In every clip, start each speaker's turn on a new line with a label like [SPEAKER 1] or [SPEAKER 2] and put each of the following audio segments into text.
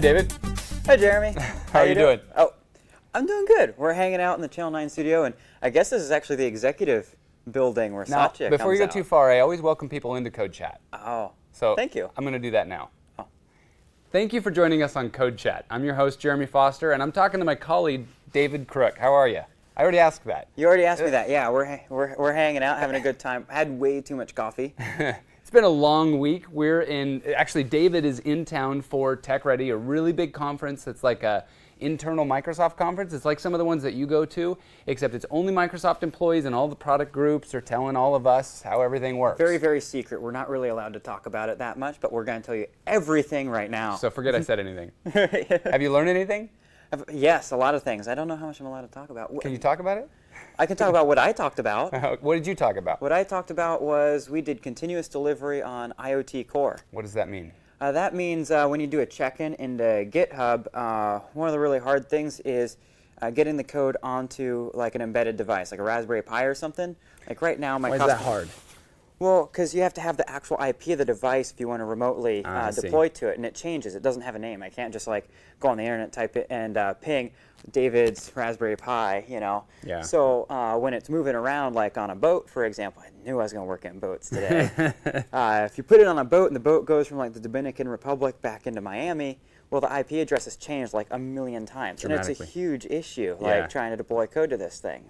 [SPEAKER 1] David.
[SPEAKER 2] Hi, Jeremy.
[SPEAKER 1] How you doing?
[SPEAKER 2] Oh, I'm doing good. We're hanging out in the Channel 9 studio, and I guess this is actually the executive building where
[SPEAKER 1] Now,
[SPEAKER 2] Satya
[SPEAKER 1] before you
[SPEAKER 2] comes
[SPEAKER 1] go
[SPEAKER 2] out.
[SPEAKER 1] too far, I always welcome people into Code Chat.
[SPEAKER 2] Oh,
[SPEAKER 1] So um,
[SPEAKER 2] thank you.
[SPEAKER 1] I'm going to do that now.
[SPEAKER 2] Oh.
[SPEAKER 1] Thank you for joining us on Code Chat. I'm your host Jeremy Foster, and I'm talking to my colleague David Crook. How are you? I already asked that.
[SPEAKER 2] You already
[SPEAKER 1] uh,
[SPEAKER 2] asked me that. Yeah, we're, ha- we're, we're hanging out, having a good time. Had way too much coffee.
[SPEAKER 1] It's been a long week. We're in actually David is in town for Tech Ready, a really big conference that's like a internal Microsoft conference. It's like some of the ones that you go to, except it's only Microsoft employees and all the product groups are telling all of us how everything works.
[SPEAKER 2] Very, very secret. We're not really allowed to talk about it that much, but we're going to tell you everything right now.
[SPEAKER 1] so forget I said anything. Have you learned anything?
[SPEAKER 2] yes, a lot of things. I don't know how much I'm allowed to talk about. Wh-
[SPEAKER 1] Can you talk about it?
[SPEAKER 2] I can talk about what I talked about.
[SPEAKER 1] How- What did you talk about?
[SPEAKER 2] What I talked about was we did continuous delivery on IoT Core.
[SPEAKER 1] What does that mean?
[SPEAKER 2] Uh, that means uh, when you do a check-in into GitHub, uh, one of the really hard things is uh, getting the code onto like an embedded device, like a Raspberry Pi or something. Like right now, my
[SPEAKER 1] Why is
[SPEAKER 2] cust-
[SPEAKER 1] that hard?
[SPEAKER 2] Well, because you have to have the actual IP of the device if you want to remotely
[SPEAKER 1] Ah, I
[SPEAKER 2] uh,
[SPEAKER 1] see.
[SPEAKER 2] deploy to it, and it changes. It doesn't have a name. I can't just like go on the internet, type it, and uh, ping David's Raspberry Pi. You know.
[SPEAKER 1] Yeah.
[SPEAKER 2] So uh, when it's moving around, like on a boat, for example, I knew I was going to work in boats today. uh, if you put it on a boat and the boat goes from like the Dominican Republic back into Miami, well, the IP address has changed like a million times, and it's a
[SPEAKER 1] Dramatically.
[SPEAKER 2] huge issue, like
[SPEAKER 1] Yeah.
[SPEAKER 2] trying to deploy code to this thing.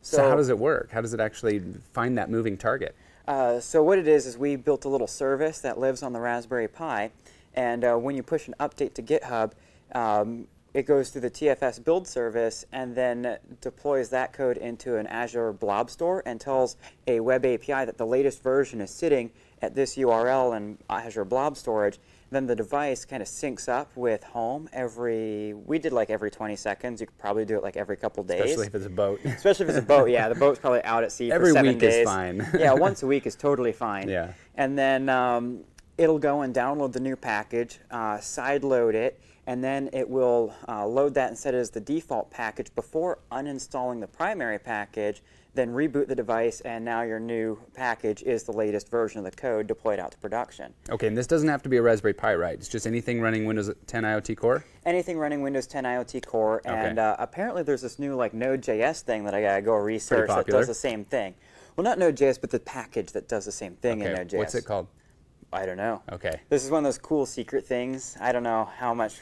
[SPEAKER 1] So, how does it work? How does it actually find that moving target?
[SPEAKER 2] Uh, so what it is is we built a little service that lives on the Raspberry Pi, and uh, when you push an update to GitHub, um, it goes through the TFS build service and then deploys that code into an Azure Blob Store and tells a web API that the latest version is sitting at this URL in Azure Blob Storage. Then the device kind of syncs up with home every. We did like every 20 seconds. You could probably do it like every couple days.
[SPEAKER 1] Especially if it's a boat.
[SPEAKER 2] Especially if it's a boat, yeah. The boat's probably out at sea
[SPEAKER 1] Every
[SPEAKER 2] for seven
[SPEAKER 1] week is
[SPEAKER 2] days.
[SPEAKER 1] fine.
[SPEAKER 2] yeah, once a week is totally fine.
[SPEAKER 1] Yeah.
[SPEAKER 2] And then um, it'll go and download the new package, uh, sideload it, and then it will uh, load that and set it as the default package before uninstalling the primary package. Then reboot the device, and now your new package is the latest version of the code deployed out to production.
[SPEAKER 1] Okay, and this doesn't have to be a Raspberry Pi, right? It's just anything running Windows 10 IoT Core?
[SPEAKER 2] Anything running Windows 10 IoT Core, and uh, apparently there's this new like Node.js thing that I gotta go research that
[SPEAKER 1] popular.
[SPEAKER 2] does the same thing. Well, not Node.js, but the package that does the same thing in
[SPEAKER 1] Okay,
[SPEAKER 2] Node.js.
[SPEAKER 1] what's it called?
[SPEAKER 2] I don't know.
[SPEAKER 1] Okay.
[SPEAKER 2] This is one of those cool secret things. I don't know how much.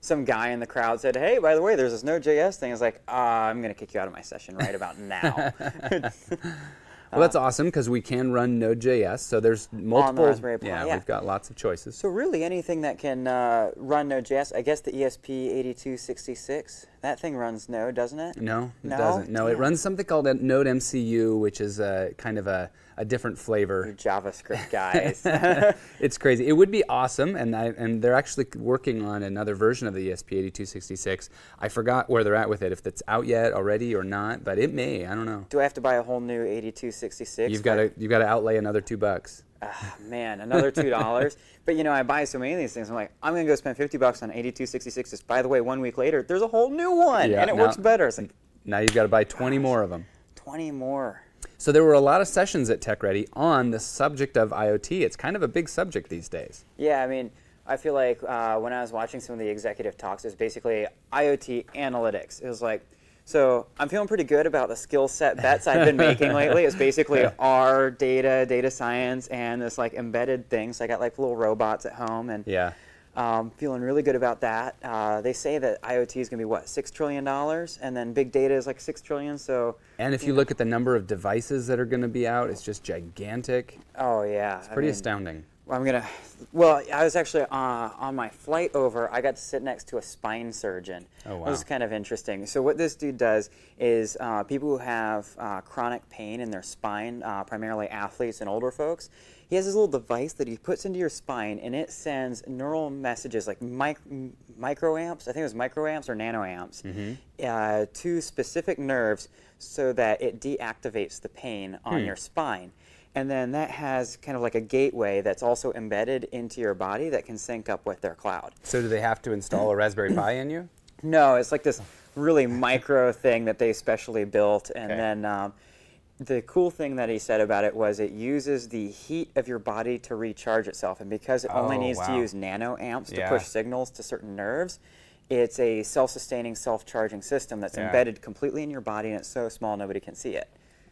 [SPEAKER 2] Some guy in the crowd said, "Hey, by the way, there's this Node.js thing." I was like, uh, "I'm gonna kick you out of my session right about now."
[SPEAKER 1] Well, that's
[SPEAKER 2] Um,
[SPEAKER 1] awesome because we can run Node.js, so there's multiple.
[SPEAKER 2] Raspberry Pi, yeah.
[SPEAKER 1] we've got lots of choices.
[SPEAKER 2] so really, anything that can uh, run Node.js, I guess the E ESP8266, that thing runs Node, doesn't it?
[SPEAKER 1] no, it
[SPEAKER 2] No?
[SPEAKER 1] doesn't. No, it
[SPEAKER 2] Yeah.
[SPEAKER 1] runs something called a Node MCU, which is a kind of a, a different flavor.
[SPEAKER 2] JavaScript guys.
[SPEAKER 1] It's crazy. It would be awesome, and I, and they're actually working on another version of the E ESP8266. I forgot where they're at with it, if it's out yet already or not, but it may. I don't know.
[SPEAKER 2] Do I have to buy a whole new 8266?
[SPEAKER 1] You've got to you've got to outlay another two bucks.
[SPEAKER 2] Ah, man, another two dollars. but you know, I buy so many of these things. I'm like, I'm gonna go spend fifty bucks on 8266s. By the way, one week later, there's a whole new one,
[SPEAKER 1] Yeah,
[SPEAKER 2] and it
[SPEAKER 1] now-
[SPEAKER 2] works better. It's like
[SPEAKER 1] Now you've got to buy 20 more of them.
[SPEAKER 2] twenty more.
[SPEAKER 1] So there were a lot of sessions at Tech Ready on the subject of IoT. It's kind of a big subject these days.
[SPEAKER 2] Yeah, I mean, I feel like uh, when I was watching some of the executive talks, it was basically IoT analytics. It was like, so I'm feeling pretty good about the skill set bets I've been making lately. It's basically R, data, data science, and this like embedded thing. So I got like little robots at home, and
[SPEAKER 1] Yeah.
[SPEAKER 2] Um, feeling really good about that. Uh, they say that IoT is going to be what six trillion dollars, and then big data is like six trillion. So,
[SPEAKER 1] And if you look at the number of devices that are going to be out, it's just gigantic.
[SPEAKER 2] oh yeah, it's
[SPEAKER 1] Pretty astounding.
[SPEAKER 2] I'm gonna. Well, I was actually uh, on my flight over. I got to sit next to a spine surgeon.
[SPEAKER 1] Oh,
[SPEAKER 2] It was
[SPEAKER 1] wow.
[SPEAKER 2] kind of interesting. So what this dude does is uh, people who have uh, chronic pain in their spine, uh, primarily athletes and older folks, he has this little device that he puts into your spine, and it sends neural messages like mic- m- microamps. I think it was microamps or nanoamps uh, to specific nerves, so that it deactivates the pain on your spine. And then that has kind of like a gateway that's also embedded into your body that can sync up with their cloud.
[SPEAKER 1] So do they have to install a Raspberry Pi in you?
[SPEAKER 2] No, it's like this really micro thing that they specially built, and
[SPEAKER 1] Okay.
[SPEAKER 2] then um, the cool thing that he said about it was it uses the heat of your body to recharge itself. And because it only
[SPEAKER 1] Oh,
[SPEAKER 2] needs to
[SPEAKER 1] wow.
[SPEAKER 2] use nano amps
[SPEAKER 1] Yeah.
[SPEAKER 2] to push signals to certain nerves, it's a self sustaining, self charging system that's
[SPEAKER 1] Yeah.
[SPEAKER 2] embedded completely in your body and it's so small nobody can see it.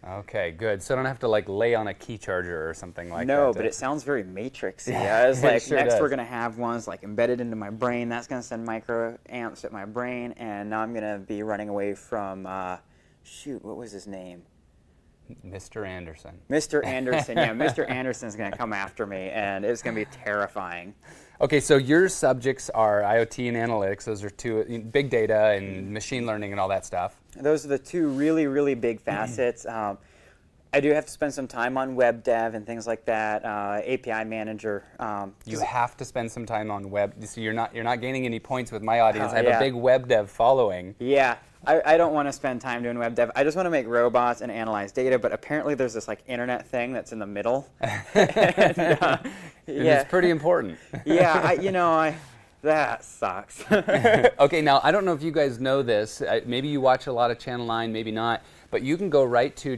[SPEAKER 1] Okay, good. So I don't have to like lay on a key charger or something like that.
[SPEAKER 2] no,
[SPEAKER 1] to-
[SPEAKER 2] but it sounds very matrixy. I was
[SPEAKER 1] it
[SPEAKER 2] like,
[SPEAKER 1] sure
[SPEAKER 2] next
[SPEAKER 1] does.
[SPEAKER 2] we're gonna have ones like embedded into my brain. That's gonna send micro amps at my brain, and now I'm gonna be running away from. Uh, shoot, what was his name?
[SPEAKER 1] Mr. Anderson.
[SPEAKER 2] Mr. Anderson. yeah, Mr. Anderson's gonna come after me, and it's gonna be terrifying.
[SPEAKER 1] Okay, so your subjects are IoT and analytics. Those are two big data and machine learning and all that stuff.
[SPEAKER 2] those are the two really really big facets um, i do have to spend some time on web dev and things like that uh, api manager um,
[SPEAKER 1] You have to spend some time on web. So you're not you're not gaining any points with my audience.
[SPEAKER 2] Oh,
[SPEAKER 1] I have a
[SPEAKER 2] yeah.
[SPEAKER 1] big web dev following.
[SPEAKER 2] yeah i, I don't want to spend time doing web dev i just want to make robots and analyze data but apparently there's this like internet thing that's in the middle And, uh,
[SPEAKER 1] and
[SPEAKER 2] yeah
[SPEAKER 1] It's pretty important.
[SPEAKER 2] yeah I, you know i that sucks
[SPEAKER 1] okay, now I don't know if you guys know this. Uh, Maybe you watch a lot of Channel 9, maybe not. But you can go right to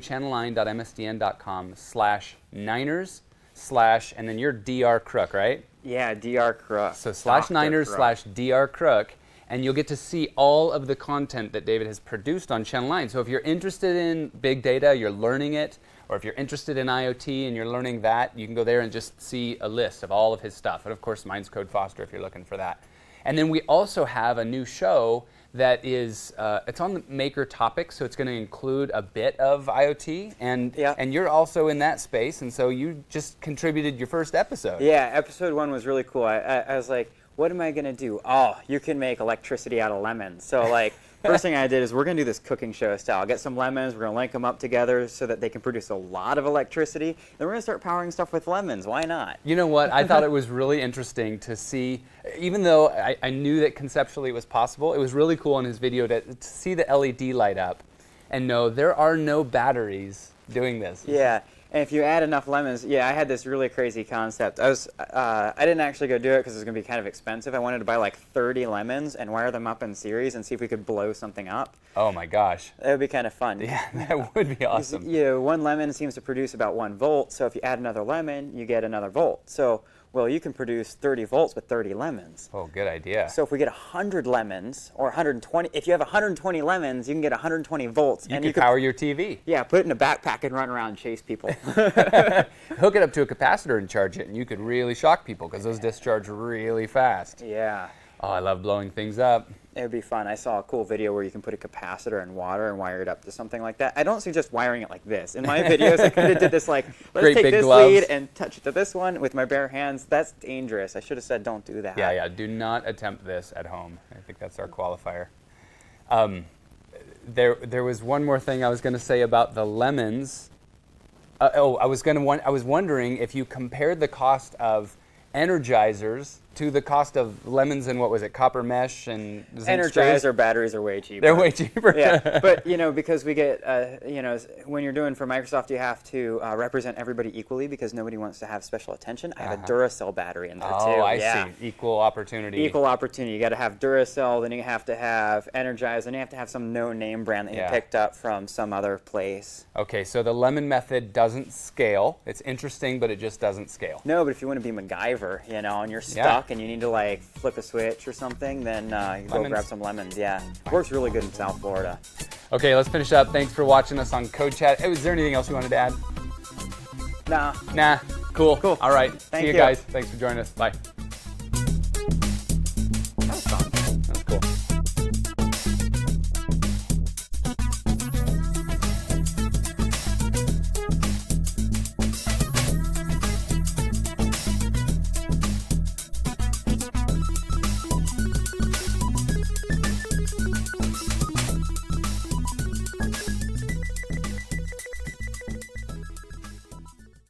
[SPEAKER 1] channel9.msdn.com slash niners slash, and then you're DR Crook, right?
[SPEAKER 2] yeah dr crook
[SPEAKER 1] So slash
[SPEAKER 2] Dr.
[SPEAKER 1] niners
[SPEAKER 2] Crook.
[SPEAKER 1] slash DR Crook, and you'll get to see all of the content that David has produced on Channel 9. So if you're interested in big data, you're learning it, or if you're interested in IoT and you're learning that, you can go there and just see a list of all of his stuff. And of course, mine's Code Foster if you're looking for that. And then we also have a new show that is uh, it's on the maker topic so it's going to include a bit of iot and
[SPEAKER 2] Yeah.
[SPEAKER 1] and you're also in that space and so you just contributed your first episode
[SPEAKER 2] Yeah, episode one was really cool. I, I, I was like, what am I gonna do? Oh, you can make electricity out of lemons. So like, first thing I did is we're gonna do this cooking show style. Get some lemons. We're gonna link them up together so that they can produce a lot of electricity. Then we're gonna start powering stuff with lemons. Why not?
[SPEAKER 1] You know what? I thought it was really interesting to see, even though I, I knew that conceptually it was possible, it was really cool in his video to, to see the LED light up and know there are no batteries doing this.
[SPEAKER 2] Yeah. And if you add enough lemons, yeah, I had this really crazy concept. I was, uh, I didn't actually go do it because it was gonna be kind of expensive. I wanted to buy like 30 lemons and wire them up in series and see if we could blow something up.
[SPEAKER 1] Oh my gosh.
[SPEAKER 2] That would be kind of fun.
[SPEAKER 1] Yeah, that would be
[SPEAKER 2] So,
[SPEAKER 1] awesome.
[SPEAKER 2] You know, one lemon seems to produce about one volt. So if you add another lemon, you get another volt. So, well, you can produce 30 volts with 30 lemons.
[SPEAKER 1] Oh, good idea.
[SPEAKER 2] So if we get 100 lemons or 120, if you have 120 lemons, you can get 120 volts.
[SPEAKER 1] you
[SPEAKER 2] and
[SPEAKER 1] can
[SPEAKER 2] could-
[SPEAKER 1] power your TV,
[SPEAKER 2] yeah, put it in a backpack and run around and chase people.
[SPEAKER 1] hook it up to a capacitor and charge it, and you could really shock people because those discharge really fast.
[SPEAKER 2] yeah.
[SPEAKER 1] Oh, I love blowing things up.
[SPEAKER 2] It would be fun. I saw a cool video where you can put a capacitor in water and wire it up to something like that. I don't suggest wiring it like this. In my videos, I kind of did this like, let's
[SPEAKER 1] Great
[SPEAKER 2] take
[SPEAKER 1] big
[SPEAKER 2] this
[SPEAKER 1] gloves.
[SPEAKER 2] lead and touch it to this one with my bare hands. That's dangerous. I should have said don't do that.
[SPEAKER 1] Yeah, yeah. Do not attempt this at home. I think that's our qualifier. Um, there, there was one more thing I was going to say about the lemons. Uh, oh, I was going to. I was wondering if you compared the cost of energizers to the cost of lemons and what was it, copper mesh and zinc
[SPEAKER 2] Energizer
[SPEAKER 1] screws?
[SPEAKER 2] batteries are way cheaper.
[SPEAKER 1] They're way cheaper.
[SPEAKER 2] yeah, but you know because we get uh, you know s- when you're doing for Microsoft, you have to uh, represent everybody equally because nobody wants to have special attention. I have a Duracell battery in there
[SPEAKER 1] Uh-huh. Oh,
[SPEAKER 2] too.
[SPEAKER 1] I
[SPEAKER 2] yeah.
[SPEAKER 1] see. Equal opportunity.
[SPEAKER 2] Equal opportunity. You got to have Duracell, then you have to have Energizer, then you have to have some no-name brand that
[SPEAKER 1] Yeah.
[SPEAKER 2] you picked up from some other place.
[SPEAKER 1] Okay, so the lemon method doesn't scale. It's interesting, but it just doesn't scale.
[SPEAKER 2] No, but if you want to be MacGyver, you know, and you're stuck and you need to like flip a switch or something, then uh, you go
[SPEAKER 1] Lemons.
[SPEAKER 2] grab some lemons. Yeah, works really good in South Florida.
[SPEAKER 1] Okay, let's finish up. Thanks for watching us on Code Chat. Is there anything else you wanted to add?
[SPEAKER 2] Nah,
[SPEAKER 1] Nah. Cool.
[SPEAKER 2] Cool.
[SPEAKER 1] All right. See
[SPEAKER 2] Thank
[SPEAKER 1] you
[SPEAKER 2] you.
[SPEAKER 1] guys. Thanks for joining us. Bye.